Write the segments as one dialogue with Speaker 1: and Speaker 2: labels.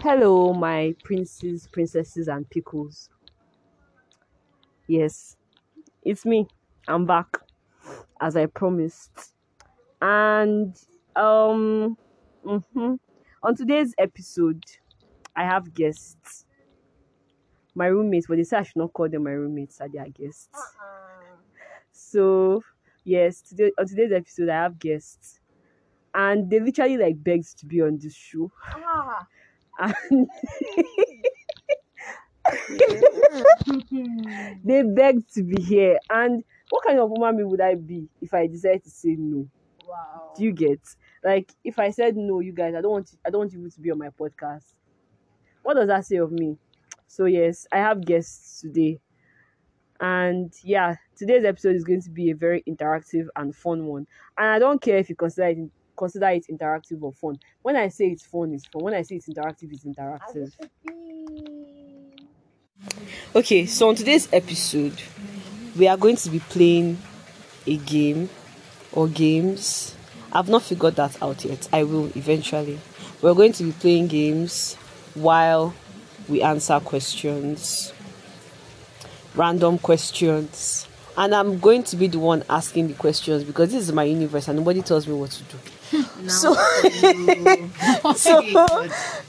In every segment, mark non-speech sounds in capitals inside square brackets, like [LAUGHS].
Speaker 1: Hello, my princes, princesses, and pickles. Yes, it's me. I'm back as I promised. And um mhm. on today's episode, I have guests. My roommates, but they say I should not call them my roommates, are their guests. So yes, today on today's episode I have guests. And they literally like begged to be on this show. [LAUGHS] And they begged to be here. And what kind of woman me would I be if I decide to say no?
Speaker 2: Wow.
Speaker 1: Do you get? Like, if I said no, you guys, I don't want, I don't want you to be on my podcast. What does that say of me? So yes, I have guests today, and yeah, today's episode is going to be a very interactive and fun one. And I don't care if you consider it consider it interactive or fun. When I say it's fun, it's fun. When I say it's interactive, it's interactive. Okay, so on today's episode, we are going to be playing a game or games. I've not figured that out yet. I will eventually. We're going to be playing games while we answer questions, random questions. And I'm going to be the one asking the questions because this is my universe and nobody tells me what to do. So, so,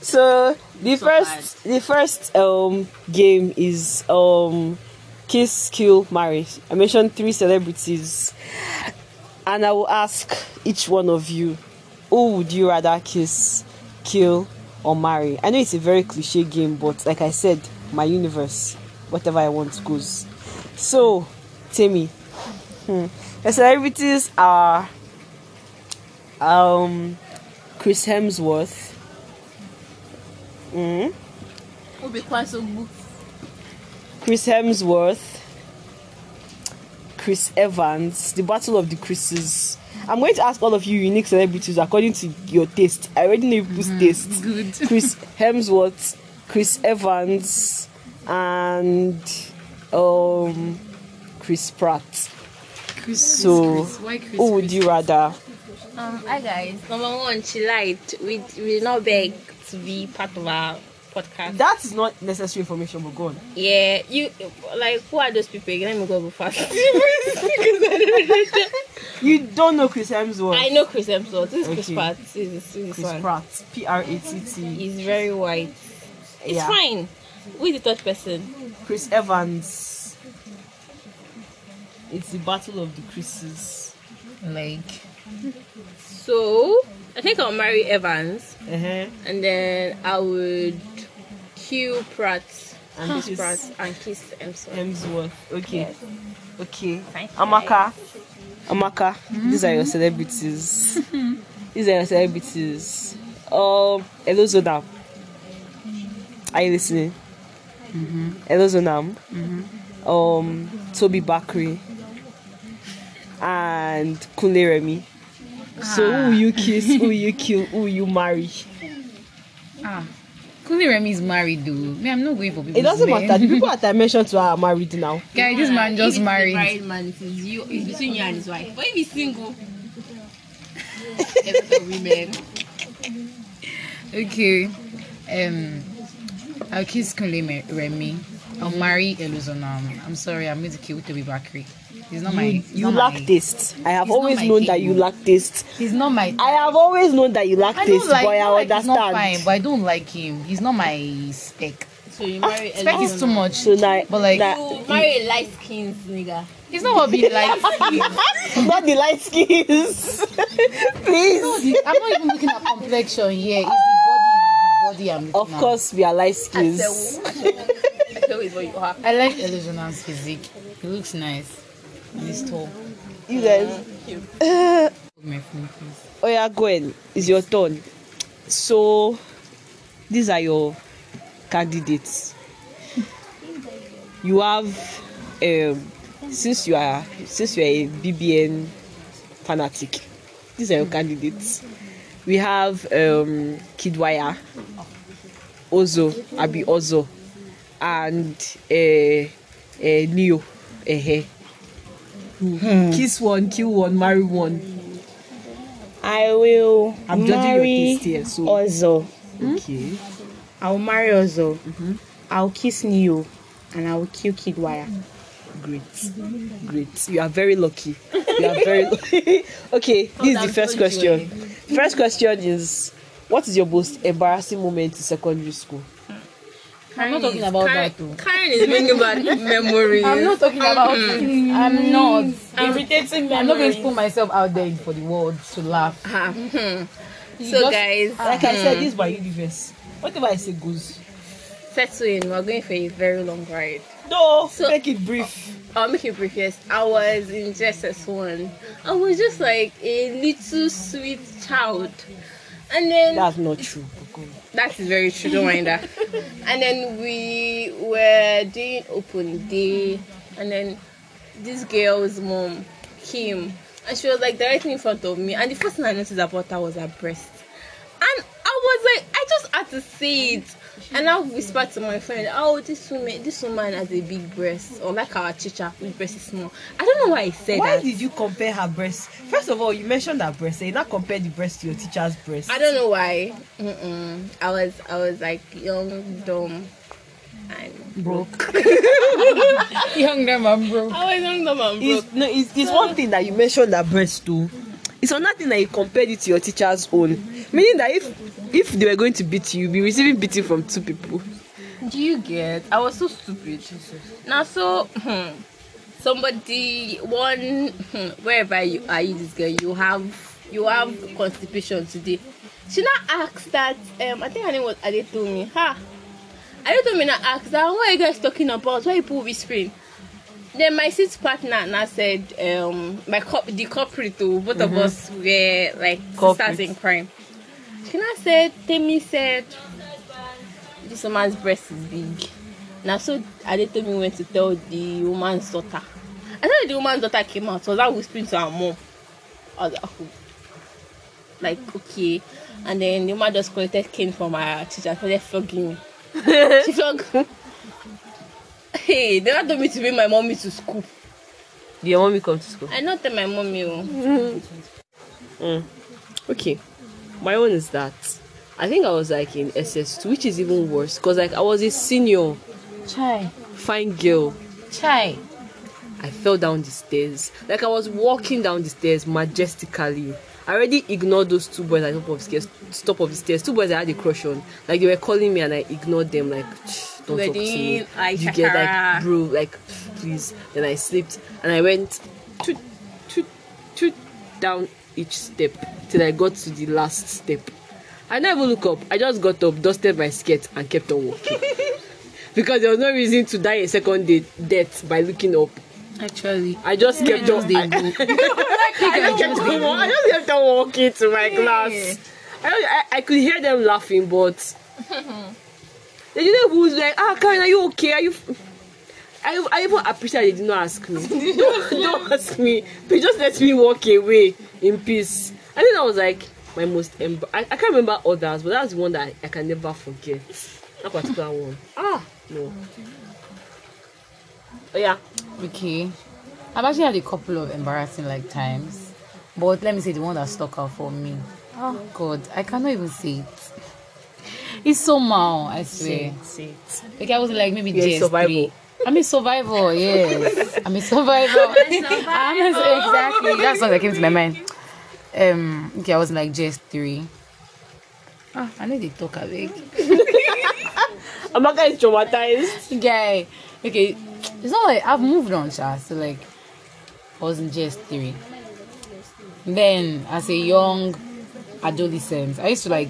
Speaker 1: so the first, the first um game is um kiss, kill, marry. I mentioned three celebrities and I will ask each one of you, who would you rather kiss, kill, or marry? I know it's a very cliche game, but like I said, my universe, whatever I want goes. So, Timmy, hmm, the celebrities are um Chris Hemsworth, mm,
Speaker 2: Obi Kwasogbu.
Speaker 1: Chris Hemsworth, Chris Evans, the Battle of the Chris's. I'm going to ask all of you unique celebrities according to your taste. I already know people's taste.
Speaker 2: Mm-hmm. Good. [LAUGHS]
Speaker 1: Chris Hemsworth, Chris Evans, and um, Chris Pratt.
Speaker 2: Chris.
Speaker 1: So,
Speaker 2: Chris. Why Chris?
Speaker 1: who would you rather?
Speaker 2: Um, hi guys.
Speaker 3: Number one, she lied. We will not beg to be part of our podcast.
Speaker 1: That is not necessary information, but go on.
Speaker 3: yeah, you like who are those people? again? Let me go over fast. [LAUGHS] Because I don't really sure.
Speaker 1: You don't know Chris Hemsworth.
Speaker 3: I know Chris Hemsworth. This is Chris
Speaker 1: Okay.
Speaker 3: Pratt. This is, this is
Speaker 1: Chris
Speaker 3: one.
Speaker 1: Pratt. P R A T T.
Speaker 3: He's very white. It's
Speaker 1: Yeah.
Speaker 3: fine. Who is the third person?
Speaker 1: Chris Evans. It's the Battle of the Chris's.
Speaker 2: Like.
Speaker 3: So I think I'll marry Evans,
Speaker 1: Uh-huh.
Speaker 3: and then I would kill Pratt,
Speaker 1: And
Speaker 3: Chris
Speaker 1: kiss
Speaker 3: Pratt, and kiss Hemsworth.
Speaker 1: Hemsworth. Okay.
Speaker 3: Yes.
Speaker 1: Okay.
Speaker 3: Thank you.
Speaker 1: Amaka. Amaka. These are your celebrities. These are your celebrities. Um, Hello Zonam. Are you listening? Hello Zonam. Um, Toby Bakri. And Kunle Remy. So who will you kiss? who will you kill? Who will you marry?
Speaker 2: Ah. Kuli Remy is married though. Me, I'm not going for people.
Speaker 1: It doesn't matter. The people at I mentioned to her are married now.
Speaker 2: Guy, this man just married.
Speaker 4: married man, it is you, it's between you and his wife. But if he's single, women.
Speaker 2: Okay. Um, I'll kiss Kuli Me- Remy. I'll marry Eluzonam. I'm sorry, I'm going to kill Toby Bakri. He's not my.
Speaker 1: You,
Speaker 2: he's
Speaker 1: you
Speaker 2: not
Speaker 1: lack
Speaker 2: my,
Speaker 1: taste. I have
Speaker 2: It's not
Speaker 1: always
Speaker 2: my
Speaker 1: known that
Speaker 2: thing.
Speaker 1: you lack taste.
Speaker 2: He's not my.
Speaker 1: I have always known that you lack
Speaker 2: I
Speaker 1: taste,
Speaker 2: don't like.
Speaker 1: but I
Speaker 2: not like he's not
Speaker 1: understand.
Speaker 2: fine, but I don't like him. He's not my spec.
Speaker 4: So you marry a
Speaker 2: Spec is too much.
Speaker 1: so now,
Speaker 2: But like-
Speaker 1: now-
Speaker 4: You marry a light skinned nigga.
Speaker 2: He's not what
Speaker 1: [LAUGHS]
Speaker 2: be
Speaker 1: [LAUGHS]
Speaker 2: like.
Speaker 1: not the light skins, please.
Speaker 2: I'm not even looking at complexion here. It's the body, the body I'm looking
Speaker 1: Of
Speaker 2: at.
Speaker 1: course, we are light skins.
Speaker 4: So is what you are.
Speaker 2: I like Mm. Elizabeth's physique. He looks nice. And he's tall.
Speaker 1: You guys.
Speaker 2: Hold My phone, please.
Speaker 1: Oh yeah, Gwen, it's your turn. So, these are your candidates. You have, um, since you are since you are a BBN fanatic, these are your candidates. We have um, Kidwaya, Ozo, Abi Ozo, and uh, uh, Neo. eh. Kiss one, kill one, marry one.
Speaker 5: I will
Speaker 1: I'm judging your
Speaker 5: marry
Speaker 1: taste here, so
Speaker 5: Ozo.
Speaker 1: okay.
Speaker 5: I'll marry Ozo. I'll kiss Neo. And I will kill Kidwire.
Speaker 1: Hmm. Great. Great. You are very lucky. You are very lucky. [LAUGHS] okay, this is the first question. First question is what is your most embarrassing moment in secondary school?
Speaker 2: I'm not talking about
Speaker 3: Karen,
Speaker 2: that though.
Speaker 3: Karen is bringing
Speaker 4: [LAUGHS]
Speaker 3: back memories.
Speaker 2: I'm not talking about. I'm not.
Speaker 3: I'm irritating
Speaker 2: I'm not going
Speaker 3: memories.
Speaker 2: to put myself out there for the world to laugh.
Speaker 3: Ah, hmm.
Speaker 2: You
Speaker 3: So
Speaker 2: just-
Speaker 3: guys,
Speaker 4: Ah.
Speaker 1: Like I said, this is my universe. Whatever I say goes.
Speaker 3: settle in. We're going for a very long ride.
Speaker 1: No,
Speaker 3: So-
Speaker 1: make it brief.
Speaker 3: I'll make it brief. Yes, I was in JSS one. I was just like a little sweet child, and then
Speaker 1: That's not true. Boko.
Speaker 3: that is very true. Don't mind that. [LAUGHS] and then we were doing open day, and then this girl's mom came, and she was like directly in front of me. And the first thing I noticed about her was her breast, and I was like, I just had to say it. And I whispered to my friend, "Oh, this woman, this woman has a big breast, or like our teacher, whose breast is small." I don't know why I said
Speaker 1: Why
Speaker 3: that.
Speaker 1: did you compare her breast? First of all, you mentioned her breast. You not compare the breast to your teacher's breast.
Speaker 3: I don't know why. Mm-mm. I was I was like young, dumb, and
Speaker 1: broke.
Speaker 2: Young them, I'm broke.
Speaker 3: I was young, dumb, and
Speaker 1: It's, no, it's, it's one thing that you mentioned her breast to. It's another thing that you compared it to your teacher's own. Meaning that if if they were going to beat you, you'd be receiving beating from two people.
Speaker 3: Do you get? I was so stupid. Now, so hmm, somebody one hmm, wherever you are, you this girl, you have you have constipation today. She now asked that. Um, I think her name was Adetomi. Ha. Adetomi now asked that. What are you guys talking about? Why you people whispering? Then my sis partner now said, um, my cop the culprit too. Both of us were like
Speaker 1: Culprits.
Speaker 3: sisters in crime. She now said, Temi said, this woman's breast is big. Na so Adetomi went to tell the woman's daughter. And then the woman's daughter came out, so that whispering to her mom. I was like, oh. like okay. And then the woman just collected cane from her teacher and started flogging
Speaker 2: [LAUGHS]
Speaker 3: me. she flogged me. Hey, they not told me to bring my mommy to school.
Speaker 1: Your mommy come to school.
Speaker 3: I not tell my mommy. oh.
Speaker 1: Okay. My own is that. I think I was like in SS2, which is even worse. Because like I was a senior,
Speaker 2: Chai,
Speaker 1: fine girl.
Speaker 2: chai.
Speaker 1: I fell down the stairs. Like I was walking down the stairs majestically. I already ignored those two boys at the top of the stairs. Top of the stairs. Two boys I had a crush on. Like they were calling me and I ignored them. Like "Shh, don't talk to me.
Speaker 3: Wedding, like,
Speaker 1: you get like
Speaker 3: shakara.
Speaker 1: bro, like please. Then I slipped and I went toot toot toot down each step till I got to the last step. I never look up. I just got up, dusted my skirt, and kept on walking. because there was no reason to die a second day, death by looking up.
Speaker 2: Actually,
Speaker 1: I just kept on. I, [LAUGHS]
Speaker 2: go.
Speaker 1: I just kept on. wa- I just kept on walking to my class. I, I, I could hear them laughing, [LAUGHS] but they didn't. Who was like, "Ah, Karen, are you okay? Are you?" f-" I, I even appreciate they did not ask me. [LAUGHS] don't, don't ask me. They just let me walk away in peace. I think that was like my most. Emb- I, I can't remember others, but that's the one that I, I can never forget. That particular one. Ah, no. Oh yeah.
Speaker 2: Okay. I've actually had a couple of embarrassing like times. But let me say the one that stuck out for me. Oh god, I cannot even say it. It's so mal, I swear.
Speaker 1: See.
Speaker 2: Like I was like maybe
Speaker 1: You're a
Speaker 2: just
Speaker 1: survivor.
Speaker 2: three. I'm a [LAUGHS] survivor, yes. I'm a survivor. Oh. I'm a, exactly. That's what that came to my mind. Um okay, I was in, like just three. Ah, I know they talk away.
Speaker 1: Amaka is traumatized.
Speaker 2: guy. Okay, it's not like I've moved on, Sha. So like, I wasn't just three. Then as a young adolescent, I used to like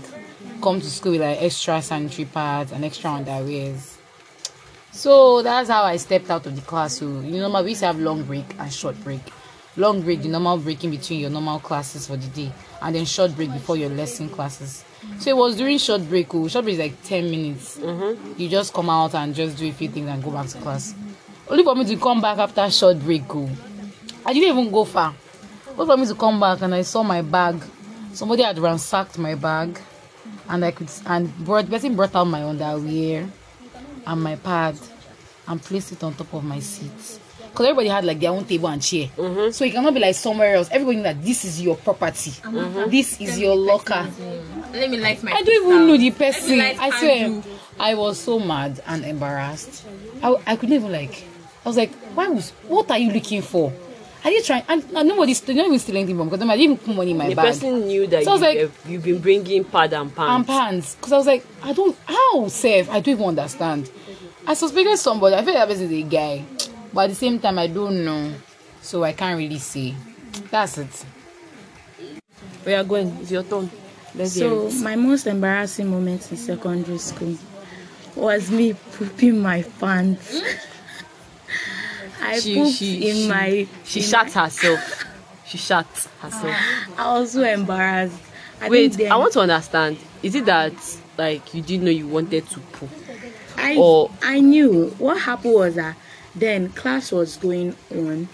Speaker 2: come to school with like extra sanitary pads and extra underwears. So that's how I stepped out of the class. So you know, we used to have long break and short break. Long break, the normal break in between your normal classes for the day, and then short break before your lesson classes. So it was during short break. Oh, short break is like ten minutes. Mm-hmm. You just come out and just do a few things and go back to class. Only for me to come back after short break. Oh, I didn't even go far. Only for me to come back and I saw my bag. Somebody had ransacked my bag, and I could and brought person brought out my underwear and my pad and placed it on top of my seat. Because everybody had like their own table and chair.
Speaker 1: Mm-hmm.
Speaker 2: So it cannot be like somewhere else. Everybody knew that this is your property.
Speaker 1: Mm-hmm.
Speaker 2: This is your locker.
Speaker 3: Let me light my.
Speaker 2: I don't even know the
Speaker 3: Let me
Speaker 2: person.
Speaker 3: light
Speaker 2: I swear.
Speaker 3: candle.
Speaker 2: I was so mad and embarrassed. I, I couldn't even like. I was like, why was? What are you looking for? Are you trying? And, and nobody's not even stealing anything from because I didn't even put money in my
Speaker 1: the
Speaker 2: bag
Speaker 1: person knew that
Speaker 2: So I was
Speaker 1: you,
Speaker 2: like-
Speaker 1: have, you've been bringing pad and
Speaker 2: and
Speaker 1: pants.
Speaker 2: pants because I was like, I don't how safe. I don't even understand. I suspected somebody. I feel that person is a guy, but at the same time, I don't know, so I can't really say. That's it.
Speaker 1: We are going. It's your turn. Let's
Speaker 4: So
Speaker 1: hear
Speaker 4: my most embarrassing moment in secondary school was me pooping my pants. I
Speaker 1: She-
Speaker 4: pooped
Speaker 1: she-
Speaker 4: in
Speaker 1: she-
Speaker 4: my.
Speaker 1: it. She
Speaker 4: in
Speaker 1: shot herself. She shot herself.
Speaker 4: my- I was so embarrassed. I
Speaker 1: Wait,
Speaker 4: think
Speaker 1: I
Speaker 4: then
Speaker 1: want to understand. Is it that like you didn't know you wanted to poop?
Speaker 4: I,
Speaker 1: or-
Speaker 4: I knew what happened was that then class was going on,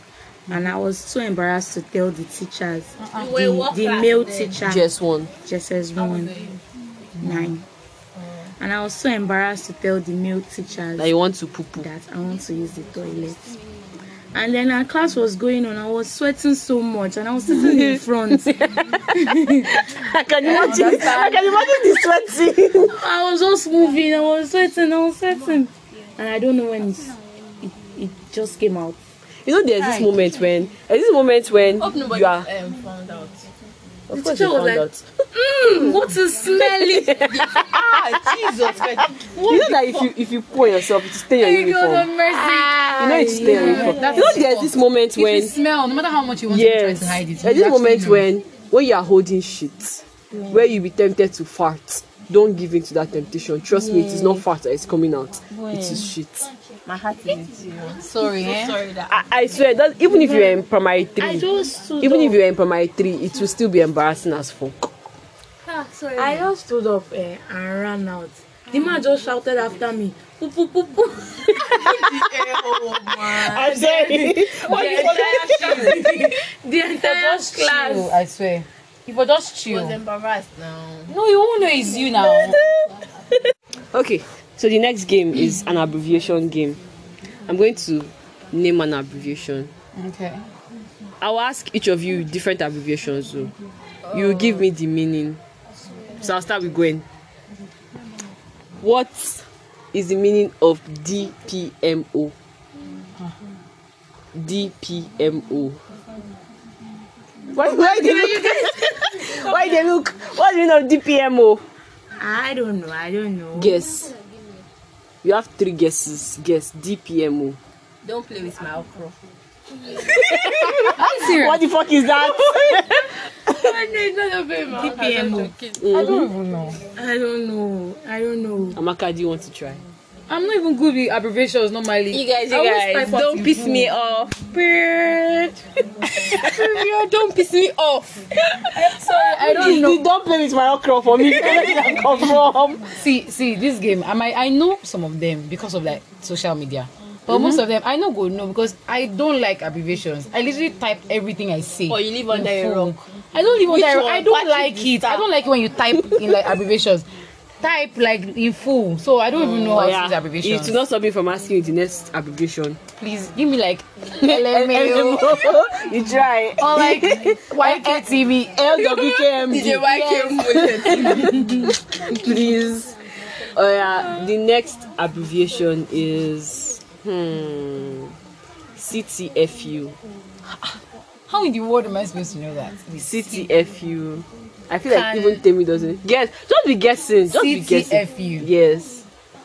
Speaker 4: and I was so embarrassed to tell the teachers,
Speaker 3: were
Speaker 4: the,
Speaker 3: Uh-uh. what
Speaker 4: the
Speaker 3: class
Speaker 4: male
Speaker 3: then?
Speaker 4: teacher,
Speaker 1: Just one.
Speaker 4: just as one nine.
Speaker 3: Oh.
Speaker 4: And I was so embarrassed to tell the male teachers
Speaker 1: That you want to poop. poop.
Speaker 4: that I want to use the toilet. And then our class was going on. I was sweating so much, and I was
Speaker 2: [LAUGHS]
Speaker 4: sitting in front.
Speaker 1: I can imagine. [LAUGHS] I can imagine the sweating.
Speaker 4: I was just moving. I was sweating. I was sweating, and I don't know when it's, it it just came out.
Speaker 1: you know, there's this moment when there's this moment when
Speaker 3: Hope nobody
Speaker 1: you are.
Speaker 3: um, found out.
Speaker 1: Of course,
Speaker 4: teacher
Speaker 1: you
Speaker 4: was
Speaker 1: found
Speaker 4: like,
Speaker 1: out.
Speaker 4: What is smelly?
Speaker 1: [LAUGHS]
Speaker 3: Ah, Jesus Christ.
Speaker 1: you know that if you if you pour yourself, it stain your uniform. You know it stain your uniform. You know there's this moment
Speaker 2: If you
Speaker 1: when
Speaker 2: smell, no matter how much you want
Speaker 1: yes,
Speaker 2: to try to hide it,
Speaker 1: there's
Speaker 2: you
Speaker 1: this moment
Speaker 2: actually
Speaker 1: when when you are holding shit, where you be tempted to fart. Don't give in to that temptation. Trust me, it is not fart that is coming out. It is shit.
Speaker 3: My heart is into you.
Speaker 2: know. sorry, eh?
Speaker 3: Sorry that.
Speaker 1: I, I swear that even if you're in primary
Speaker 4: I
Speaker 1: three,
Speaker 4: just stood
Speaker 1: even
Speaker 4: up.
Speaker 1: if you're in primary three, it will still be embarrassing as fuck.
Speaker 4: I just stood up eh, and ran out. The man just shouted after me, poo poo poo poo. [LAUGHS]
Speaker 1: I'm saying.
Speaker 4: The entire class.
Speaker 2: Chill, I swear. If I
Speaker 3: I was
Speaker 2: just chill.
Speaker 3: embarrassed now.
Speaker 2: No, you won't know it's you now.
Speaker 1: [LAUGHS] Okay, so the next game is an abbreviation game. I'm going to name an abbreviation.
Speaker 2: okay.
Speaker 1: I'll ask each of you different abbreviations. So you give me the meaning. So I'll start with Gwen. What is the meaning of DPMO? DPMO. Why, why they look? [LAUGHS] why they look? What's the meaning of DPMO?
Speaker 4: I don't know. I don't know.
Speaker 1: Guess. You have three guesses. Guess DPMO.
Speaker 3: Don't play with my okra.
Speaker 2: I'm serious.
Speaker 1: What the fuck is
Speaker 2: [LAUGHS]
Speaker 1: that?
Speaker 4: DPMO.
Speaker 1: Mm.
Speaker 2: I don't even know.
Speaker 4: I don't know. I don't know.
Speaker 1: Amaka, do you want to try?
Speaker 2: I'm not even good with abbreviations normally.
Speaker 3: You guys,
Speaker 2: I
Speaker 3: you
Speaker 2: always
Speaker 3: guys,
Speaker 2: type out
Speaker 3: don't
Speaker 2: you
Speaker 3: piss
Speaker 2: do.
Speaker 3: me off. Period. Period. Don't piss me off.
Speaker 2: [LAUGHS] Sorry, I don't know.
Speaker 1: Don't play with my okra for [LAUGHS] me. I come from.
Speaker 2: See, see, this game. I might, I know some of them because of like social media, but
Speaker 3: Mm-hmm.
Speaker 2: most of them I know go no because I don't like abbreviations. I literally type everything I see.
Speaker 3: Or you live under
Speaker 2: in
Speaker 3: a
Speaker 2: full.
Speaker 3: rock.
Speaker 2: I don't live
Speaker 3: Which
Speaker 2: under. a rock.
Speaker 3: one?
Speaker 2: I don't
Speaker 3: Patrick
Speaker 2: like
Speaker 3: the
Speaker 2: it. I don't like it when you type
Speaker 3: [LAUGHS]
Speaker 2: in like abbreviations. Type like in full. So I don't
Speaker 3: Oh,
Speaker 2: even know how to use
Speaker 1: You
Speaker 2: abbreviations.
Speaker 1: should not stop me from asking you the next abbreviation.
Speaker 2: Please give me
Speaker 3: [LAUGHS]
Speaker 2: like LMAO
Speaker 1: Eh,
Speaker 2: oh.
Speaker 1: [LAUGHS] you try.
Speaker 2: or
Speaker 3: [LAUGHS]
Speaker 2: like YKTV.
Speaker 1: [LAUGHS] LWKM.
Speaker 3: Yes.
Speaker 1: Please. Oh yeah. The next abbreviation is hmm CTFU.
Speaker 2: [LAUGHS] How in the world am I supposed to know that?
Speaker 1: CTFU. I feel like even Temi doesn't guess. Just be guessing. Just be guessing.
Speaker 2: CTFU.
Speaker 1: Yes.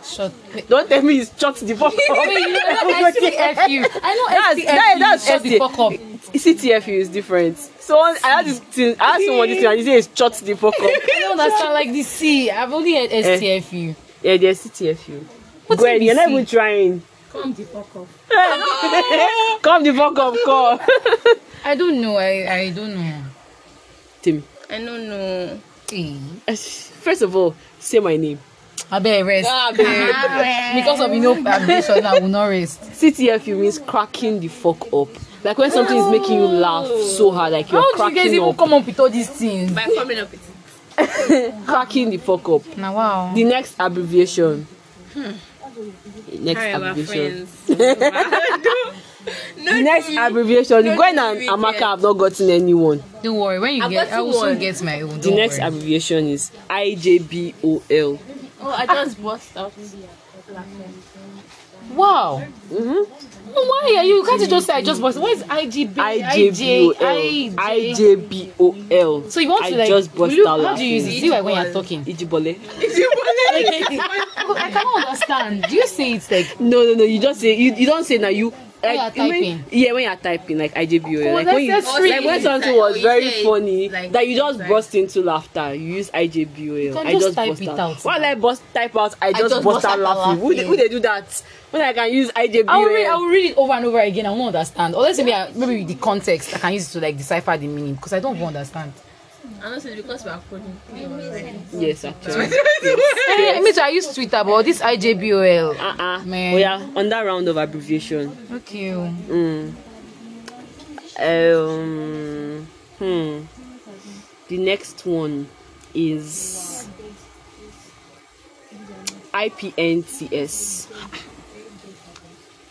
Speaker 2: Short. Wait,
Speaker 1: Don't tell me it's shut the
Speaker 2: [LAUGHS]
Speaker 1: fuck
Speaker 2: Oh, you
Speaker 1: up. [LAUGHS]
Speaker 2: know STFU. I know
Speaker 1: That's-
Speaker 2: STFU.
Speaker 1: that- that's
Speaker 2: Shut the
Speaker 1: ST.
Speaker 2: fuck up.
Speaker 1: CTFU is different. So I had this thing, I asked
Speaker 2: [LAUGHS]
Speaker 1: someone this thing and he said it's shut the fuck up.
Speaker 2: I don't understand like the C. I've only heard
Speaker 1: Eh.
Speaker 2: STFU.
Speaker 1: Yeah, there's CTFU.
Speaker 2: What's
Speaker 1: Gwen, you're not
Speaker 2: CBC?
Speaker 1: even trying.
Speaker 4: Come the fuck
Speaker 1: [LAUGHS]
Speaker 4: up.
Speaker 1: Come the fuck up, call. [LAUGHS]
Speaker 2: I don't know. I, I don't know.
Speaker 1: Timmy.
Speaker 3: I don't know.
Speaker 2: Hey.
Speaker 1: First of all, say my name.
Speaker 2: I better rest.
Speaker 3: Ah,
Speaker 1: [LAUGHS]
Speaker 3: babe.
Speaker 2: Because of you know ambition, I will not rest.
Speaker 1: CTFU means cracking the fuck up. Like when something is making you laugh so hard, like [LAUGHS] you're
Speaker 2: How do you guys
Speaker 1: cracking
Speaker 2: even
Speaker 1: up.
Speaker 2: come up with all these things?
Speaker 3: By coming up with
Speaker 1: Cracking the fuck up.
Speaker 2: Now wow.
Speaker 1: The next abbreviation.
Speaker 2: Hmm.
Speaker 1: Next
Speaker 3: carry our
Speaker 1: abbreviation.
Speaker 3: friends.
Speaker 1: [LAUGHS]
Speaker 3: [LAUGHS] no,
Speaker 1: The next
Speaker 3: no,
Speaker 1: abbreviation. Gwen and
Speaker 3: weekend.
Speaker 1: Amaka have not gotten anyone.
Speaker 2: Don't worry. When you
Speaker 3: I've
Speaker 2: get,
Speaker 3: got
Speaker 2: I will soon
Speaker 3: one.
Speaker 2: get my
Speaker 1: The
Speaker 2: own. don't
Speaker 1: next
Speaker 2: worry.
Speaker 1: abbreviation is IJBOL.
Speaker 3: Oh, I just bust out.
Speaker 2: Wow.
Speaker 1: Mm-hmm.
Speaker 2: No, why are you? Can't you just say I just bought? What is IGB?
Speaker 1: IJBOL. IJBOL.
Speaker 2: So you want to
Speaker 1: I
Speaker 2: like?
Speaker 1: just
Speaker 2: will
Speaker 1: bust
Speaker 2: you,
Speaker 1: out
Speaker 2: how do you use it?
Speaker 1: laughing.
Speaker 2: See like when you're talking.
Speaker 1: Ijibole.
Speaker 2: I cannot understand. Do you say it's like?
Speaker 1: No, no, no. You just say you, you don't say now. You like
Speaker 2: you're
Speaker 1: when-
Speaker 2: typing.
Speaker 1: yeah when you're typing like IJBOL.
Speaker 2: Oh,
Speaker 1: like when you
Speaker 2: that's free.
Speaker 1: like when something
Speaker 3: Like, oh,
Speaker 1: was
Speaker 3: you
Speaker 1: very
Speaker 3: say it's
Speaker 1: funny
Speaker 3: like-
Speaker 1: that you just
Speaker 3: like-
Speaker 1: burst into laughter. You use IJBOL.
Speaker 2: You can
Speaker 1: I
Speaker 2: just
Speaker 1: just
Speaker 2: type
Speaker 1: bust
Speaker 2: it
Speaker 1: out.
Speaker 2: out.
Speaker 1: Why I bust type out? I just,
Speaker 2: just
Speaker 1: bust out laughing. Who they,
Speaker 2: laughing.
Speaker 1: who they do that? When I can use IJBOL.
Speaker 2: I will read. I will read it over and over again. I won't understand. Unless maybe I, maybe with the context, I can use it to like decipher the meaning because I don't even understand.
Speaker 3: And also because we are coding.
Speaker 1: Yes, actually.
Speaker 2: Yes. Me too. I use Twitter, but this IJBOL.
Speaker 1: Uh-uh.
Speaker 2: Man.
Speaker 1: We are on that round of abbreviation.
Speaker 2: Okay. oh,
Speaker 1: Mm. Um, hmm. The next one is IPNTS.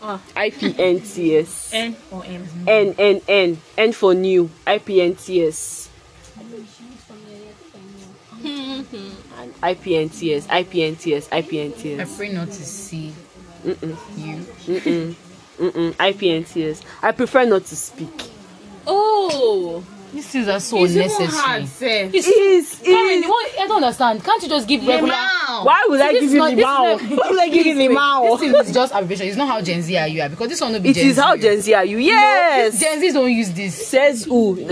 Speaker 3: Ah.
Speaker 1: IPNTS.
Speaker 3: N or M.
Speaker 1: N N N N for new. IPNTS. IPNTS. IPNTS.
Speaker 2: I
Speaker 1: IPNTS.
Speaker 2: pray not to see you.
Speaker 1: Mm-mm. Mm-mm. IPNTS. I prefer not to speak.
Speaker 3: Oh,
Speaker 2: These things are so unnecessary.
Speaker 3: sir.
Speaker 1: It is. It
Speaker 2: Karen, what- I don't understand. Can't you just give regular?
Speaker 1: Why would I
Speaker 2: This
Speaker 1: give
Speaker 2: is
Speaker 1: you
Speaker 2: not-
Speaker 1: the
Speaker 2: this is
Speaker 1: mouth?
Speaker 2: not-
Speaker 1: [LAUGHS] Why would I give you the
Speaker 2: This
Speaker 1: mouth?
Speaker 2: thing is just abbreviation. It's not how Gen Z are you are because this one will be
Speaker 1: It
Speaker 2: Gen
Speaker 1: is
Speaker 2: Z.
Speaker 1: how Gen Z are you. Yes.
Speaker 2: Gen Z's don't use this.
Speaker 1: Says who? Let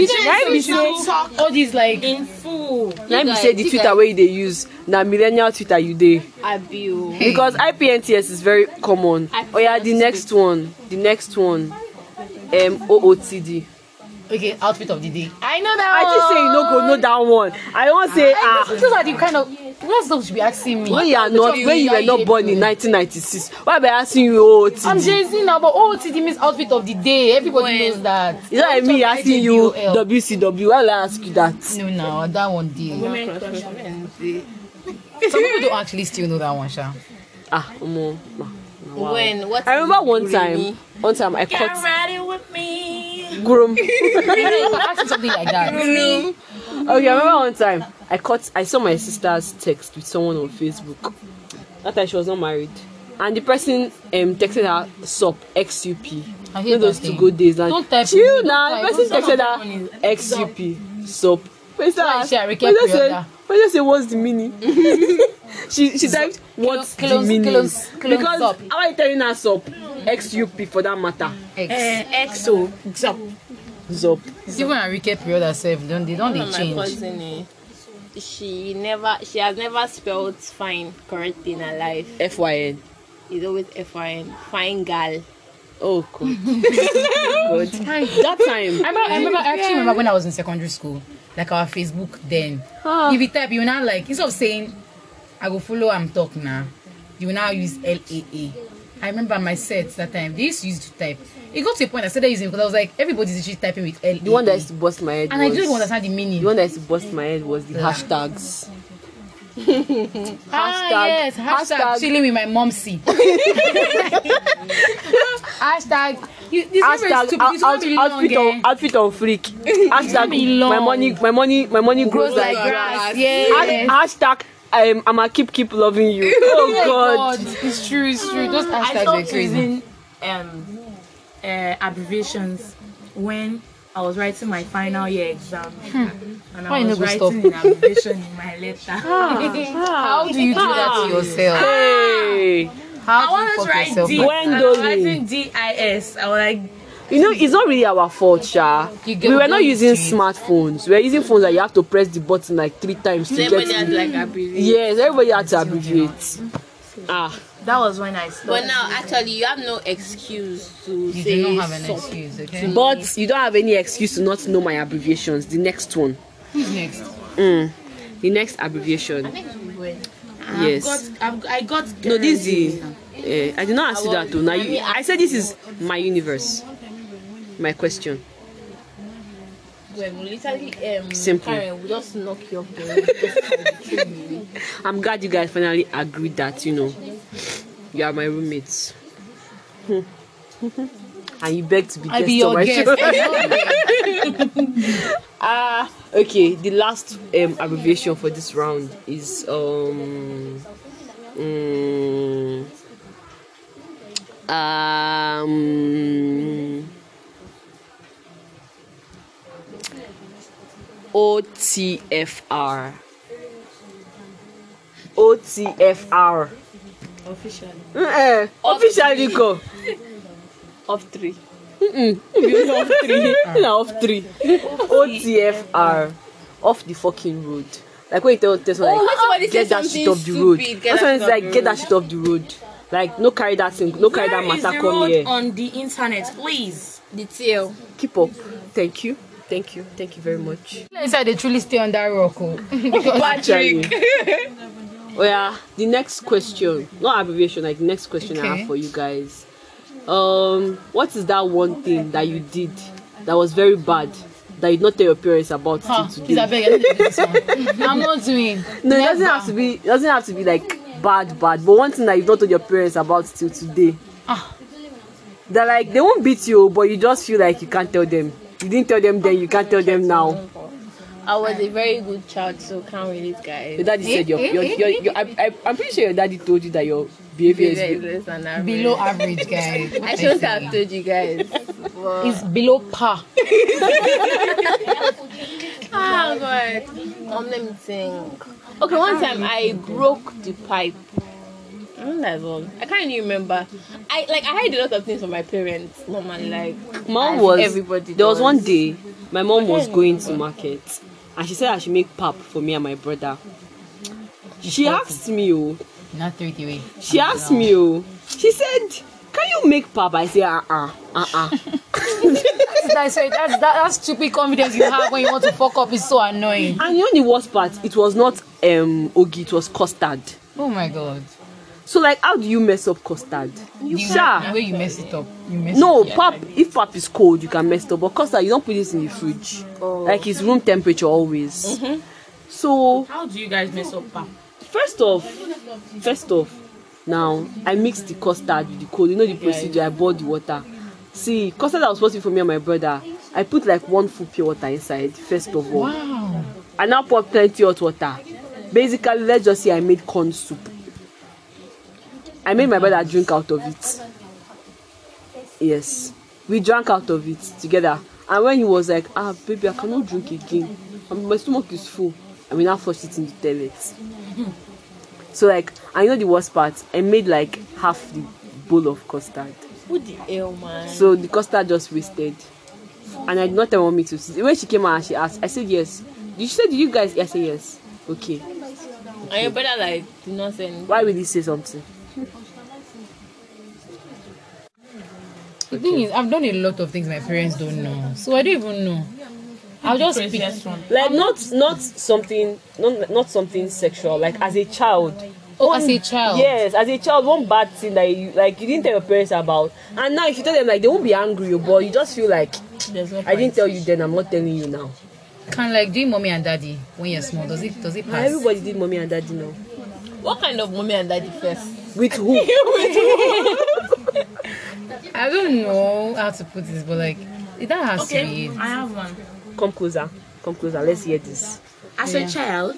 Speaker 1: me say.
Speaker 2: All these like
Speaker 1: Let me say the Twitter way they use na millennial Twitter you dey
Speaker 3: Abio.
Speaker 2: hey,
Speaker 1: because IPNTS is very common.
Speaker 3: I
Speaker 1: Oh yeah, the
Speaker 3: prefer
Speaker 1: next one, the next one, um OOTD.
Speaker 2: okay outfit of the day. I know that.
Speaker 1: I just say you no go know that one. I wan say
Speaker 2: Ah,
Speaker 1: ah.
Speaker 2: those, those are the kind of that's what you should be asking me.
Speaker 1: When you are not, when you were not born in 1996, why be asking you OOTD?
Speaker 2: I'm Gen Z now, but OOTD means outfit of the day. Everybody knows that.
Speaker 1: Is that like me
Speaker 2: Outfit of
Speaker 1: asking you
Speaker 2: IJBOL.
Speaker 1: WCW? Why will I ask you that?
Speaker 2: No, no, that one day. Some people don't actually still know that one, Sha.
Speaker 1: Ah, omo. ah, na wow.
Speaker 3: When? What?
Speaker 1: I remember one
Speaker 3: Gurumi?
Speaker 1: time, one time I
Speaker 4: Get
Speaker 1: caught
Speaker 4: ready with me.
Speaker 1: [LAUGHS] groom.
Speaker 2: If I ask you something like
Speaker 1: [LAUGHS]
Speaker 2: that,
Speaker 3: Gurumi.
Speaker 1: okay, I remember one time I caught. I saw my sister's text with someone on Facebook. That time she was not married, and the person um texted her sup xup.
Speaker 2: I hate
Speaker 1: You know those
Speaker 2: that thing.
Speaker 1: two good days. And
Speaker 2: Don't type
Speaker 1: Chill
Speaker 2: it, don't
Speaker 1: now.
Speaker 2: type,
Speaker 1: The person
Speaker 2: don't
Speaker 1: texted her xup sup. We
Speaker 2: Why
Speaker 1: just
Speaker 2: she a ah?
Speaker 1: say,
Speaker 2: recap brother?
Speaker 1: we just say, what's the
Speaker 2: [LAUGHS]
Speaker 1: meaning? she she typed what's the
Speaker 2: clones-
Speaker 1: meaning?
Speaker 2: clones- clones
Speaker 1: because
Speaker 2: sup.
Speaker 1: how are you telling her sup xup for that matter? Eh.
Speaker 2: X.
Speaker 1: XO Zop.
Speaker 2: Even Enrique Pio herself, don't they? Don't
Speaker 3: One of
Speaker 2: they
Speaker 3: my
Speaker 2: change?
Speaker 3: cousin, eh, she never, she has never spelled fine correctly in her life.
Speaker 1: FYN.
Speaker 3: It's always fine, fine girl.
Speaker 1: Oh
Speaker 2: [LAUGHS]
Speaker 1: god. god. That
Speaker 2: I
Speaker 1: time.
Speaker 2: remember, I remember, I actually remember when I was in secondary school, like our Facebook then. If you type, you now like instead of saying, "I go follow," I'm talk now. You now use L A A. I remember my sets that time. They used to use to type. It got to a point I started using it because I was like, everybody's actually typing with L A A.
Speaker 1: The one that used to bust my head
Speaker 2: and I
Speaker 1: was,
Speaker 2: don't even understand the meaning.
Speaker 1: The one that used to bust my head was the hashtags.
Speaker 2: ah
Speaker 1: hashtag-
Speaker 2: yes, hashtag,
Speaker 1: hashtag-
Speaker 2: chilling with my
Speaker 1: [LAUGHS]
Speaker 2: momsy. hashtag. You, this number is
Speaker 1: Hashtag
Speaker 2: stupid.
Speaker 1: out,
Speaker 2: This one
Speaker 1: out,
Speaker 2: be long,
Speaker 1: outfit
Speaker 2: eh?
Speaker 1: on outfit on freak.
Speaker 2: [LAUGHS]
Speaker 1: Hashtag
Speaker 2: long.
Speaker 1: my money my money my money
Speaker 2: Grows like grass. eh? Yes.
Speaker 1: Has- Hashtag um, I'ma keep keep loving
Speaker 2: [LAUGHS]
Speaker 1: you. Oh god.
Speaker 2: It's true, it's true. Those
Speaker 4: I
Speaker 2: hashtags
Speaker 4: stopped
Speaker 2: were crazy.
Speaker 4: using um, uh, abbreviations when I was writing my final year exam, and
Speaker 2: Hmm. Why
Speaker 4: I
Speaker 2: you
Speaker 4: was
Speaker 2: no go stop? Ah.
Speaker 4: writing an abbreviation in my
Speaker 2: [LAUGHS]
Speaker 4: letter.
Speaker 2: How do you do that to yourself?
Speaker 1: Hey.
Speaker 2: How do you
Speaker 4: I want to
Speaker 2: fuck
Speaker 4: write
Speaker 2: yourself?
Speaker 4: D.
Speaker 2: up?
Speaker 1: When
Speaker 4: I was
Speaker 1: don't we?
Speaker 4: writing D I S. I was like,
Speaker 1: You know, it's not really our fault, Sha.
Speaker 2: You
Speaker 1: We
Speaker 2: get-
Speaker 1: were not
Speaker 2: don't
Speaker 1: using
Speaker 2: use it.
Speaker 1: smartphones. We were using phones that you have to press the button like three times to
Speaker 3: So
Speaker 1: get
Speaker 3: everybody has
Speaker 1: it.
Speaker 3: like abbreviation.
Speaker 1: Yes, everybody had to abbreviate. Ah,
Speaker 4: that was when I stopped.
Speaker 3: But now, actually, you have no excuse to
Speaker 2: You
Speaker 3: say
Speaker 2: do not have an
Speaker 3: sup.
Speaker 2: excuse, okay?
Speaker 1: but you don't have any excuse to not know my abbreviations. The next one,
Speaker 2: Who's next?
Speaker 1: mm. the next abbreviation. Yes.
Speaker 4: I've got, I've, I got.
Speaker 1: No, this is. Uh, I did not ask you that too. Now you, I said this is my universe. My question.
Speaker 3: Well, literally, um,
Speaker 1: Simple.
Speaker 3: Karen, we just knock your brain.
Speaker 1: I'm glad you guys finally agreed that you know you are my roommates. Hmm. [LAUGHS] and you beg to be
Speaker 2: I
Speaker 1: guest
Speaker 2: be
Speaker 1: on
Speaker 2: your
Speaker 1: my
Speaker 2: guest.
Speaker 1: show. [LAUGHS]
Speaker 2: [LAUGHS]
Speaker 1: Ah, okay. The last um, abbreviation for this round is um Mm. Um. OTFR. OTFR.
Speaker 4: Officially.
Speaker 1: Mm-mm. Officially [LAUGHS] go.
Speaker 3: Of three.
Speaker 1: Build of [LAUGHS] three. Na of three. OTFR. Off the fucking road. Like when you tell tell someone
Speaker 3: when somebody
Speaker 1: like get
Speaker 3: says
Speaker 1: that shit
Speaker 3: something
Speaker 1: off the road.
Speaker 3: stupid,
Speaker 1: When someone is like get that shit off the road. Like no carry that thing, no carry
Speaker 4: Where
Speaker 1: that
Speaker 4: is the
Speaker 1: matter come
Speaker 4: road
Speaker 1: here.
Speaker 4: on the internet, please?
Speaker 3: [LAUGHS] The tail.
Speaker 1: Keep up. Thank you. Thank you. Thank you very much.
Speaker 2: Inside they truly stay on that rock. oh.
Speaker 1: Patrick. [LAUGHS] oh yeah. The next question, not abbreviation, like the next question I
Speaker 2: Okay.
Speaker 1: have for you guys. Um, what is that one thing that you did that was very bad that you did not tell your parents about till
Speaker 2: Ah,
Speaker 1: today?
Speaker 2: please, I beg, I don't do this one. I'm not doing.
Speaker 1: No, it doesn't have to be. It doesn't have to be like bad, bad. But one thing that you've not told your parents about till today,
Speaker 2: Ah.
Speaker 1: that like they won't beat you, but you just feel like you can't tell them. You didn't tell them then, you can't tell them now.
Speaker 3: I was a very good child, so can't relate,
Speaker 1: Your
Speaker 3: guys.
Speaker 1: daddy said
Speaker 3: eh,
Speaker 1: your, your, your, your I, I, I'm pretty sure your daddy told you that your behavior is.
Speaker 3: Behavior is less than average.
Speaker 2: Below average, guys.
Speaker 3: I shouldn't have told
Speaker 1: [LAUGHS]
Speaker 3: you guys. but-
Speaker 2: It's below par.
Speaker 3: Oh god. Um, let me think. Okay, one time I broke the pipe. I don't know, that's all. I can't even remember. I like I hide a lot of things from my parents. Normally, like
Speaker 1: Mom
Speaker 3: as
Speaker 1: was.
Speaker 3: everybody.
Speaker 1: there was
Speaker 3: does.
Speaker 1: one day my mom was going to market, and she said I should make pap for me and my brother. She asked me, oh,
Speaker 2: Not three three.
Speaker 1: She asked me, oh, she said, "Can you make pap?" I said, "Uh, uh, uh, uh."
Speaker 2: That's, that's, that's, that stupid confidence you have when you want to fuck up is so annoying.
Speaker 1: [LAUGHS] And you know the worst part? It was not um ogi, it was custard.
Speaker 2: Oh my god.
Speaker 1: So like, how do you mess up custard?
Speaker 2: You,
Speaker 1: Sha.
Speaker 2: the way you mess it up. You mess
Speaker 1: No,
Speaker 2: it up.
Speaker 1: pap. If pap is cold, you can mess it up. But custard, you don't put this in the fridge.
Speaker 4: Oh.
Speaker 1: Like it's room temperature always. So
Speaker 4: Mm-hmm. How do you guys mess up pap?
Speaker 1: first off, first off, now I mixed the custard with the cold. You know the procedure. I boiled the water. See, custard that was supposed to be for me and my brother. I put like one full pure water inside. First of all.
Speaker 2: Wow.
Speaker 1: I now pour plenty hot water. Basically, let's just say I made corn soup. I made my brother drink out of it. Yes. We drank out of it together. And when he was like, ah, baby, I cannot drink again. Um, My stomach is full. And we now flushed it in the toilet. So, like, I know the worst part. I made like half the bowl of custard.
Speaker 3: Who the hell, man?
Speaker 1: So the custard just wasted. And I did not tell mommy to. When she came out and she asked, I said yes. She said, Did you guys? I said yes. Okay.
Speaker 3: And your brother like did not say anything.
Speaker 1: Why would you say something?
Speaker 2: The thing is, I've done a lot of things my parents don't know. So I don't even know. I'll just pick.
Speaker 1: Like not not something not not something sexual. Like as a child.
Speaker 2: Oh, as a child.
Speaker 1: Yes, as a child, one bad thing that you like you didn't tell your parents about, and now if you tell them like they won't be angry, oh, but you just feel like
Speaker 4: There's no
Speaker 1: I didn't tell you then, I'm not telling you now.
Speaker 2: Kind of like doing mommy and daddy when you're small. Does it does it pass?
Speaker 1: Everybody did mommy and daddy now.
Speaker 3: What kind of mommy and daddy first?
Speaker 1: With
Speaker 2: [LAUGHS]
Speaker 1: who?
Speaker 2: I don't know how to put this, but like that has to be
Speaker 4: Okay,
Speaker 2: it.
Speaker 4: I have one.
Speaker 1: [LAUGHS] Come closer. Come closer. Let's hear this.
Speaker 4: As a child,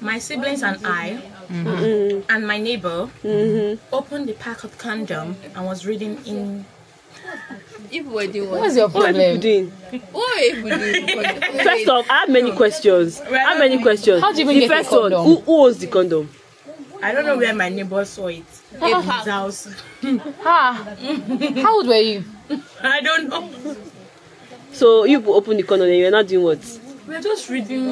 Speaker 4: my siblings and I, and my neighbor, opened the pack of condom and was reading in.
Speaker 3: If we do one,
Speaker 2: What's your
Speaker 1: What are people
Speaker 2: problem?
Speaker 1: doing?
Speaker 3: what if we do?
Speaker 1: First off, I have many questions. I have many questions.
Speaker 2: How do you even
Speaker 1: the
Speaker 2: get a
Speaker 1: first one,
Speaker 2: condom?
Speaker 1: who, who owns the condom?
Speaker 4: I don't know where my neighbor saw it. In his house.
Speaker 2: Ha! How old were you?
Speaker 4: I don't know.
Speaker 1: So you people open the condom and you're not doing what?
Speaker 4: We're just reading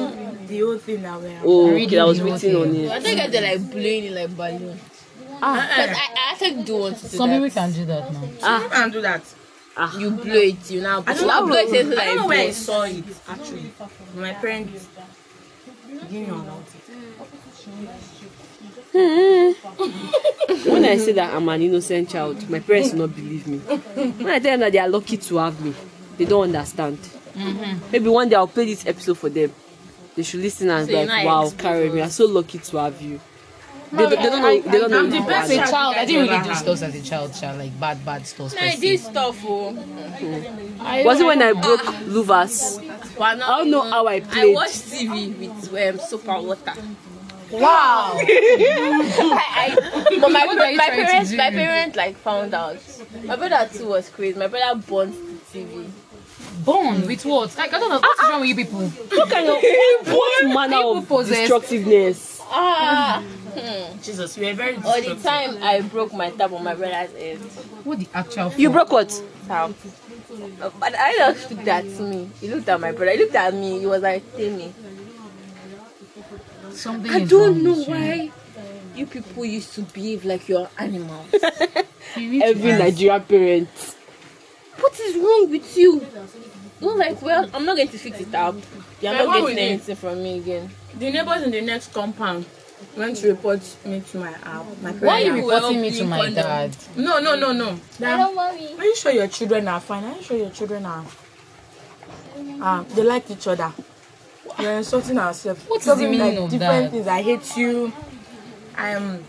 Speaker 4: the whole thing that we're.
Speaker 1: Oh,
Speaker 2: Reading
Speaker 1: okay, that was
Speaker 2: the
Speaker 1: written
Speaker 2: whole
Speaker 1: on
Speaker 3: I
Speaker 1: it.
Speaker 3: think I did like blowing it like balloon. Because I, I actually do want to do
Speaker 2: Some people
Speaker 3: that.
Speaker 2: can do that now.
Speaker 4: Ah. And do that.
Speaker 3: You blow it, you now.
Speaker 4: I don't
Speaker 3: I'll
Speaker 4: know.
Speaker 3: blow it until
Speaker 4: I don't know where I
Speaker 3: like
Speaker 4: saw it actually. My parents didn't know about it.
Speaker 1: When I say that I'm an innocent child, my parents do not believe me. When I tell them that they are lucky to have me, they don't understand. Maybe one day I'll play this episode for them. They should listen and be
Speaker 3: So you
Speaker 1: like,
Speaker 3: know I
Speaker 1: wow, Karen, we are so lucky to have you. They, they don't know. They don't know. who
Speaker 2: As
Speaker 1: you
Speaker 2: a
Speaker 1: are.
Speaker 2: child, I didn't really do stuff as a child, child like bad, bad stuff.
Speaker 3: I did stuff, oh.
Speaker 1: Was it when I broke Luvas?
Speaker 3: But now
Speaker 1: I don't know how I
Speaker 3: I
Speaker 1: played.
Speaker 3: watch TV with um, soap and water.
Speaker 2: Wow.
Speaker 3: [LAUGHS] I, I, but my,
Speaker 2: What are you
Speaker 3: my
Speaker 2: trying to
Speaker 3: parents,
Speaker 2: do?
Speaker 3: my parents like found out. My brother too was crazy. My brother burnt the TV.
Speaker 2: Born with what? Like I don't know. What's wrong with you people?
Speaker 1: What kind of what, what manner
Speaker 2: People
Speaker 1: of
Speaker 2: possessed.
Speaker 1: destructiveness?
Speaker 3: Ah,
Speaker 4: Jesus, we are very
Speaker 3: all the time I broke my tab on my brother's head.
Speaker 2: What the actual?
Speaker 1: You broke what?
Speaker 3: Tab. Uh, But I just looked at me. He looked at my brother. He looked at me. He was like, "Tell me."
Speaker 2: Something.
Speaker 3: I
Speaker 2: is
Speaker 3: don't
Speaker 2: wrong
Speaker 3: know
Speaker 2: with you.
Speaker 3: why you people used to behave like you're
Speaker 4: [LAUGHS]
Speaker 3: animals.
Speaker 2: You need to
Speaker 1: Every
Speaker 2: ask.
Speaker 1: Nigerian parent.
Speaker 3: what is wrong with you? I was like, well, I'm not going to fix it up. You're
Speaker 4: Then
Speaker 3: not
Speaker 4: what we
Speaker 3: getting
Speaker 4: do?
Speaker 3: anything from me again.
Speaker 4: The neighbors in the next compound went to report me to my uh, my parents.
Speaker 2: Why are you
Speaker 4: house.
Speaker 2: reporting me to
Speaker 4: Well,
Speaker 2: my
Speaker 4: condom.
Speaker 2: dad?
Speaker 4: No, no, no, no. Dad, are you sure your children are fine? Are you sure your children are? Uh, they like each other. We're insulting ourselves.
Speaker 2: What is
Speaker 4: Talking
Speaker 2: the meaning
Speaker 4: like
Speaker 2: of
Speaker 4: different
Speaker 2: that?
Speaker 4: things. I hate you. I am.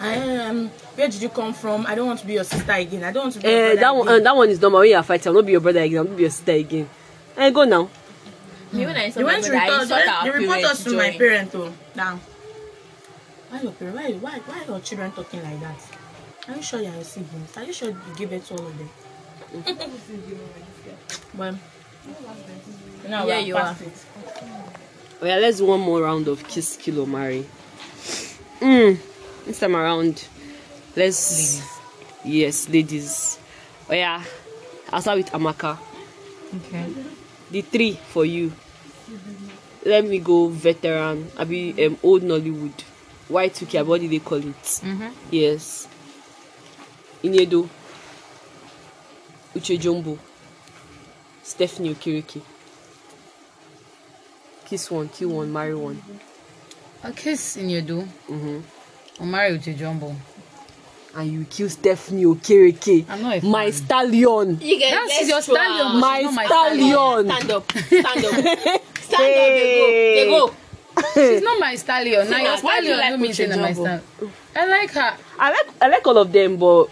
Speaker 4: I am. Where did you come from? I don't want to be your sister again. I don't want to be. your
Speaker 1: Eh,
Speaker 4: brother
Speaker 1: that one, uh,
Speaker 4: again.
Speaker 1: that one is normal. When you are fighting, I'll not be your brother again. I'll not be your sister again. I go now.
Speaker 3: Me when I
Speaker 4: They
Speaker 3: saw my
Speaker 4: went to
Speaker 3: brother, I
Speaker 4: Mm. report.
Speaker 3: insult our
Speaker 4: They report
Speaker 3: parents
Speaker 4: us to my
Speaker 3: join.
Speaker 4: parent though. Down. Why your parent? Why, why why are your children talking like that? Are you sure you are your siblings? Are you sure you give it to all of them? [LAUGHS] well, now
Speaker 3: Yeah,
Speaker 4: we
Speaker 3: you
Speaker 4: are past
Speaker 3: are.
Speaker 4: it.
Speaker 1: Well, let's do one more round of kiss, kill or marry. Mm, this time around, let's. Yes, ladies. Oh yeah, I'll start with Amaka.
Speaker 2: Okay.
Speaker 1: The three for you. Let me go veteran. I be um, old Nollywood. Y2K, what do they call it?
Speaker 2: Mhm.
Speaker 1: Yes. Inedo. Uche Jumbo. Stephanie Okiriki. Kiss one, kill one, marry one.
Speaker 2: A kiss in your door.
Speaker 1: Mm-hmm.
Speaker 2: Or marry with your jumbo.
Speaker 1: and you kill Stephanie Okereke.
Speaker 2: I'm not a fan.
Speaker 1: My stallion.
Speaker 3: You guys,
Speaker 2: That's
Speaker 3: let's
Speaker 2: your
Speaker 3: throw
Speaker 2: stallion,
Speaker 3: out.
Speaker 2: but
Speaker 1: My
Speaker 2: she's not my
Speaker 1: stallion.
Speaker 3: Stand [LAUGHS] up, stand up, stand up. They go, they go.
Speaker 2: She's not my stallion. Now your
Speaker 3: why do you
Speaker 2: stallion
Speaker 3: like
Speaker 2: don't mean she's not my
Speaker 1: Uche Jumbo?
Speaker 2: stallion. I like her.
Speaker 1: I like I like all of them, but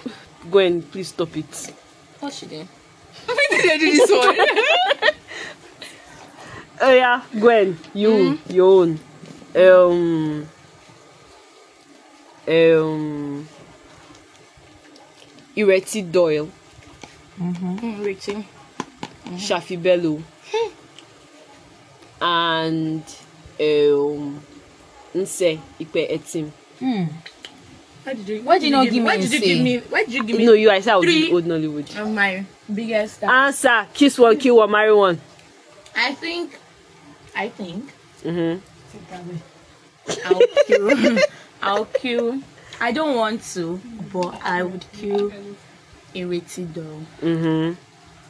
Speaker 1: Gwen, please stop it.
Speaker 3: What she doing?
Speaker 1: Oh yeah, Gwen, you your own. Um. Um. Ireti Doyle,
Speaker 4: Mm, Richie.
Speaker 2: Mm-hmm.
Speaker 1: Shafi Bello, and um, Nse Ipe Etim.
Speaker 2: Hmm.
Speaker 4: Why did you?
Speaker 2: Why did you not
Speaker 4: give
Speaker 2: give
Speaker 4: Why
Speaker 2: me
Speaker 4: did you
Speaker 2: say?
Speaker 4: give me? Why did you give me?
Speaker 1: No, you. I said I would be
Speaker 4: Three.
Speaker 1: old Nollywood.
Speaker 4: Of my biggest star.
Speaker 1: Answer: Kiss one, kill one, marry one.
Speaker 4: I think. I think.
Speaker 1: Mm-hmm.
Speaker 4: I'll kill. I'll kill. I don't want to, but I would kill Iriti though.
Speaker 1: Mm-hmm.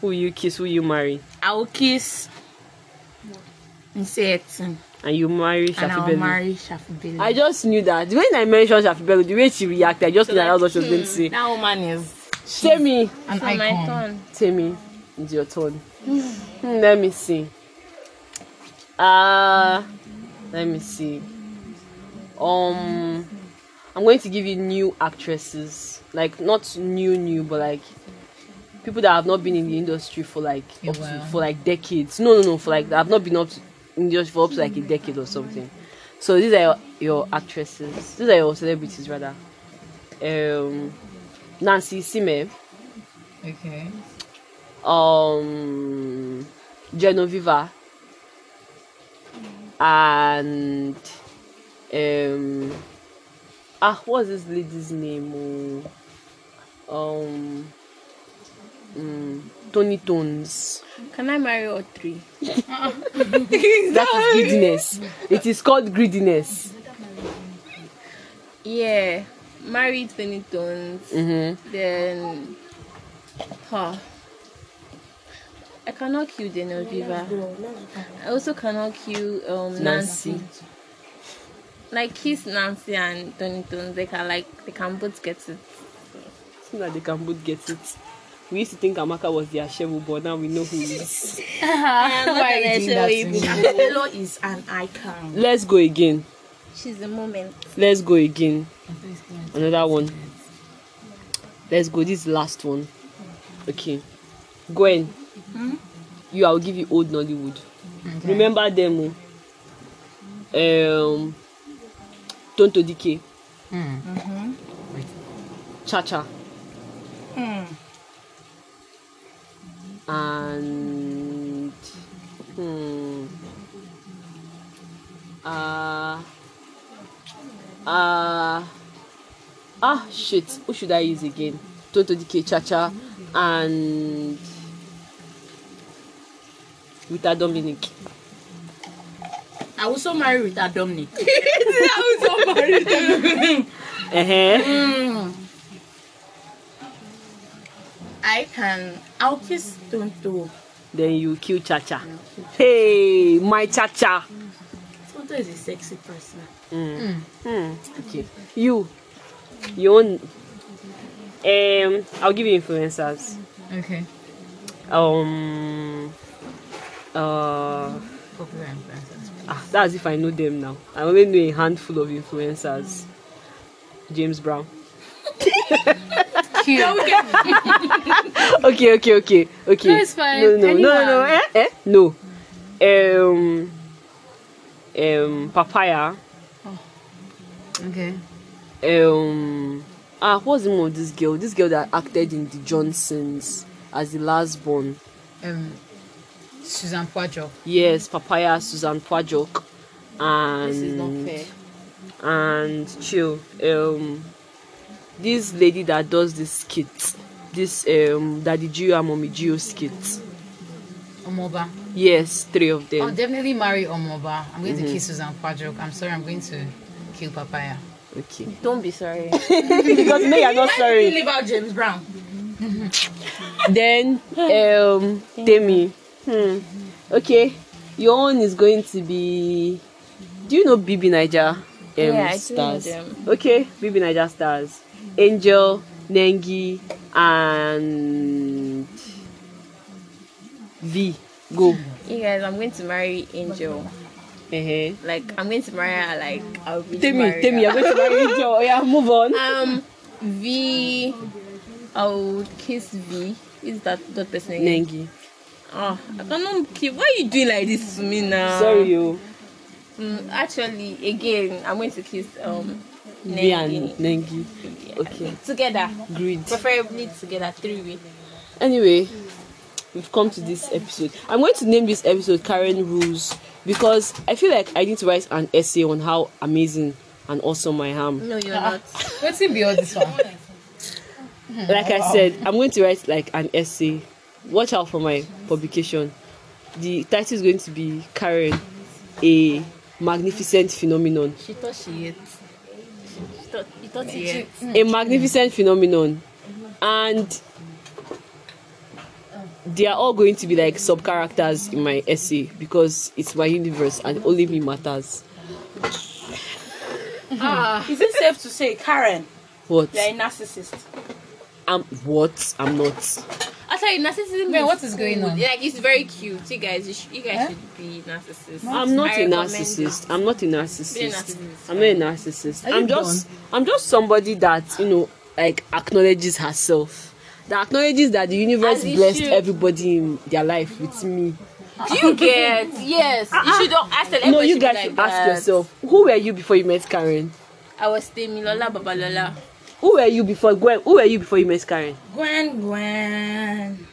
Speaker 1: Who you kiss, who you marry.
Speaker 4: I will kiss Nsetin
Speaker 1: And you marry
Speaker 4: and I
Speaker 1: Shafi
Speaker 4: will
Speaker 1: Bello.
Speaker 4: marry Shafi
Speaker 3: Ah,
Speaker 4: Bello.
Speaker 1: I just knew that. When I mentioned Shafi Bello, the way she reacted, I just knew that that's what she was going to say.
Speaker 4: hmm, that woman is.
Speaker 1: Tammy,
Speaker 2: An
Speaker 3: My
Speaker 2: icon.
Speaker 3: turn.
Speaker 1: Tammy, it's your turn. Hmm, let me see. Uh, let me see. Um, I'm going to give you new actresses. Like, not new, new, but like people that have not been in the industry for like
Speaker 2: A
Speaker 1: up to,
Speaker 2: while.
Speaker 1: for like decades. No, no, no. For like I've not been up to industry for up to like a decade or something. So these are your, your actresses. These are your celebrities rather. Um, Nancy Sime,
Speaker 2: Okay.
Speaker 1: um, Genoviva, and um, ah, what's this lady's name? Oh, Um, mm, Tony Tones.
Speaker 3: Can I marry all three?
Speaker 1: that is greediness it is called greediness
Speaker 3: Yeah, marry Tony Tones.
Speaker 1: mm-hmm.
Speaker 3: Then, huh. I cannot kill Denoviva. I also cannot kill um, Nancy.
Speaker 1: nancy
Speaker 3: Like kiss Nancy and Tony Tones. They can like they can both get it.
Speaker 1: so that they can both get it we used to think amaka was their shevel but now we know who he is
Speaker 3: I am not
Speaker 2: [LAUGHS] Why are you
Speaker 3: an
Speaker 2: doing that to
Speaker 3: SOE.
Speaker 2: me?
Speaker 4: Shafi Bello is an icon.
Speaker 1: let's go again
Speaker 3: She's the moment.
Speaker 1: let's go again another one let's go this is the last one okay gwen you i'll give you old nollywood
Speaker 2: Okay.
Speaker 1: oh. remember them o. um Stone to Decay,
Speaker 2: Mm.
Speaker 1: Cha Cha,
Speaker 4: Hmm.
Speaker 1: and hmm, uh, uh, ah shit. Who should I use again? Stone to Decay, Cha Cha, and Rita Dominic.
Speaker 4: I will so marry with that Dominic.
Speaker 1: Uh-huh.
Speaker 4: I can. I'll kiss Tonto.
Speaker 1: Then you kill Cha Cha. Hey, my Cha Cha.
Speaker 4: Tonto is a sexy person.
Speaker 1: Okay. You, you own. Um, I'll give you influencers.
Speaker 2: Okay.
Speaker 1: Um, uh,
Speaker 2: Popular influencers.
Speaker 1: ah, that's if I know them now. I only know a handful of influencers. James Brown.
Speaker 2: Cute.
Speaker 1: [LAUGHS] okay, okay, okay, okay.
Speaker 2: No, it's fine.
Speaker 1: No, no, no, no, no,
Speaker 2: Anyone.
Speaker 1: eh? eh? No. Um, um, papaya.
Speaker 2: Okay.
Speaker 1: um ah what's the name of this girl this girl that acted in the johnsons as the last born
Speaker 2: Um, Susan Poitras.
Speaker 1: yes papaya susan pajok and and chill um this lady that does this skit this um daddy geo and mommy geo skit
Speaker 2: Omoba.
Speaker 1: yes three of
Speaker 2: I'll
Speaker 1: them
Speaker 2: definitely marry Omoba. I'm going
Speaker 3: Mm-hmm.
Speaker 2: to kiss Susan Poitras. I'm sorry. I'm going to kill Papaya.
Speaker 1: okay [LAUGHS]
Speaker 3: Don't be sorry.
Speaker 1: because me i'm not sorry
Speaker 4: Leave out James Brown.
Speaker 1: then
Speaker 3: Hmm.
Speaker 1: um Demi. Hmm. Okay. Your own is going to be do you know Bibi Niger um,
Speaker 3: Yeah, I do know
Speaker 1: stars?
Speaker 3: them.
Speaker 1: Okay, Bibi Niger stars. Angel, Nengi and V. Go.
Speaker 3: You guys, I'm going to marry Angel.
Speaker 1: Uh-huh.
Speaker 3: Like, I'm going to marry her. Like, I'll be
Speaker 1: Temi, Temi, I'm going to marry Angel. Oh, yeah, move
Speaker 3: [LAUGHS]
Speaker 1: on.
Speaker 3: Um, V. I'll kiss V. Is that that person again?
Speaker 1: Nengi.
Speaker 3: Oh, I cannot keep. Why you doing like this to me now?
Speaker 1: Sorry you.
Speaker 3: Mm, actually, again, I'm going to kiss um.
Speaker 1: V and
Speaker 3: Nengi.
Speaker 1: Nengi. Okay.
Speaker 3: Together,
Speaker 1: Greed.
Speaker 3: preferably together, three way.
Speaker 1: Anyway, we've come to this episode. I'm going to name this episode Karen Rules because I feel like I need to write an essay on how amazing and awesome I am.
Speaker 3: No, you're not.
Speaker 2: What's it be all this one?
Speaker 1: Like I said, I'm going to write like an essay. Watch out for my publication. The title is going to be Karen, a magnificent phenomenon.
Speaker 3: She thought she ate. She thought, you thought she ate.
Speaker 1: a magnificent phenomenon and they are all going to be like sub characters in my essay because it's my universe and only me matters
Speaker 4: Is it safe to say, Karen,
Speaker 1: what
Speaker 4: you're a narcissist?
Speaker 1: i'm what i'm not
Speaker 3: Actually, narcissism. is
Speaker 2: Man, what is going on?
Speaker 3: good. Like, it's very cute. You guys, you, sh- you guys
Speaker 2: Huh?
Speaker 3: should be narcissists.
Speaker 1: i'm not
Speaker 3: I
Speaker 1: a
Speaker 3: recommend
Speaker 1: narcissist i'm not a narcissist
Speaker 3: narcissist.
Speaker 1: i'm not a narcissist
Speaker 2: Are you
Speaker 1: i'm just i'm just somebody that you know like acknowledges herself that acknowledges that the universe
Speaker 3: As it
Speaker 1: blessed
Speaker 3: should.
Speaker 1: everybody in their life with me
Speaker 3: Do you get? Yes. You should not ask
Speaker 1: Ah, no you guys should ask yourself who were you before you met karen
Speaker 3: I was Temi Lola Babalola.
Speaker 1: Who were you before Gwen? Who were you before you met Karen?
Speaker 4: Gwen, Gwen.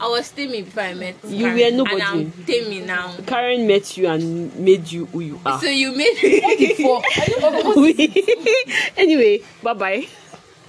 Speaker 3: I was Temi before I met.
Speaker 1: You
Speaker 3: Karen,
Speaker 1: were nobody.
Speaker 3: And I'm Temi now.
Speaker 1: Karen met you and made you who you are. [LAUGHS]
Speaker 3: So you made me.
Speaker 2: Fuck.
Speaker 1: anyway, bye bye.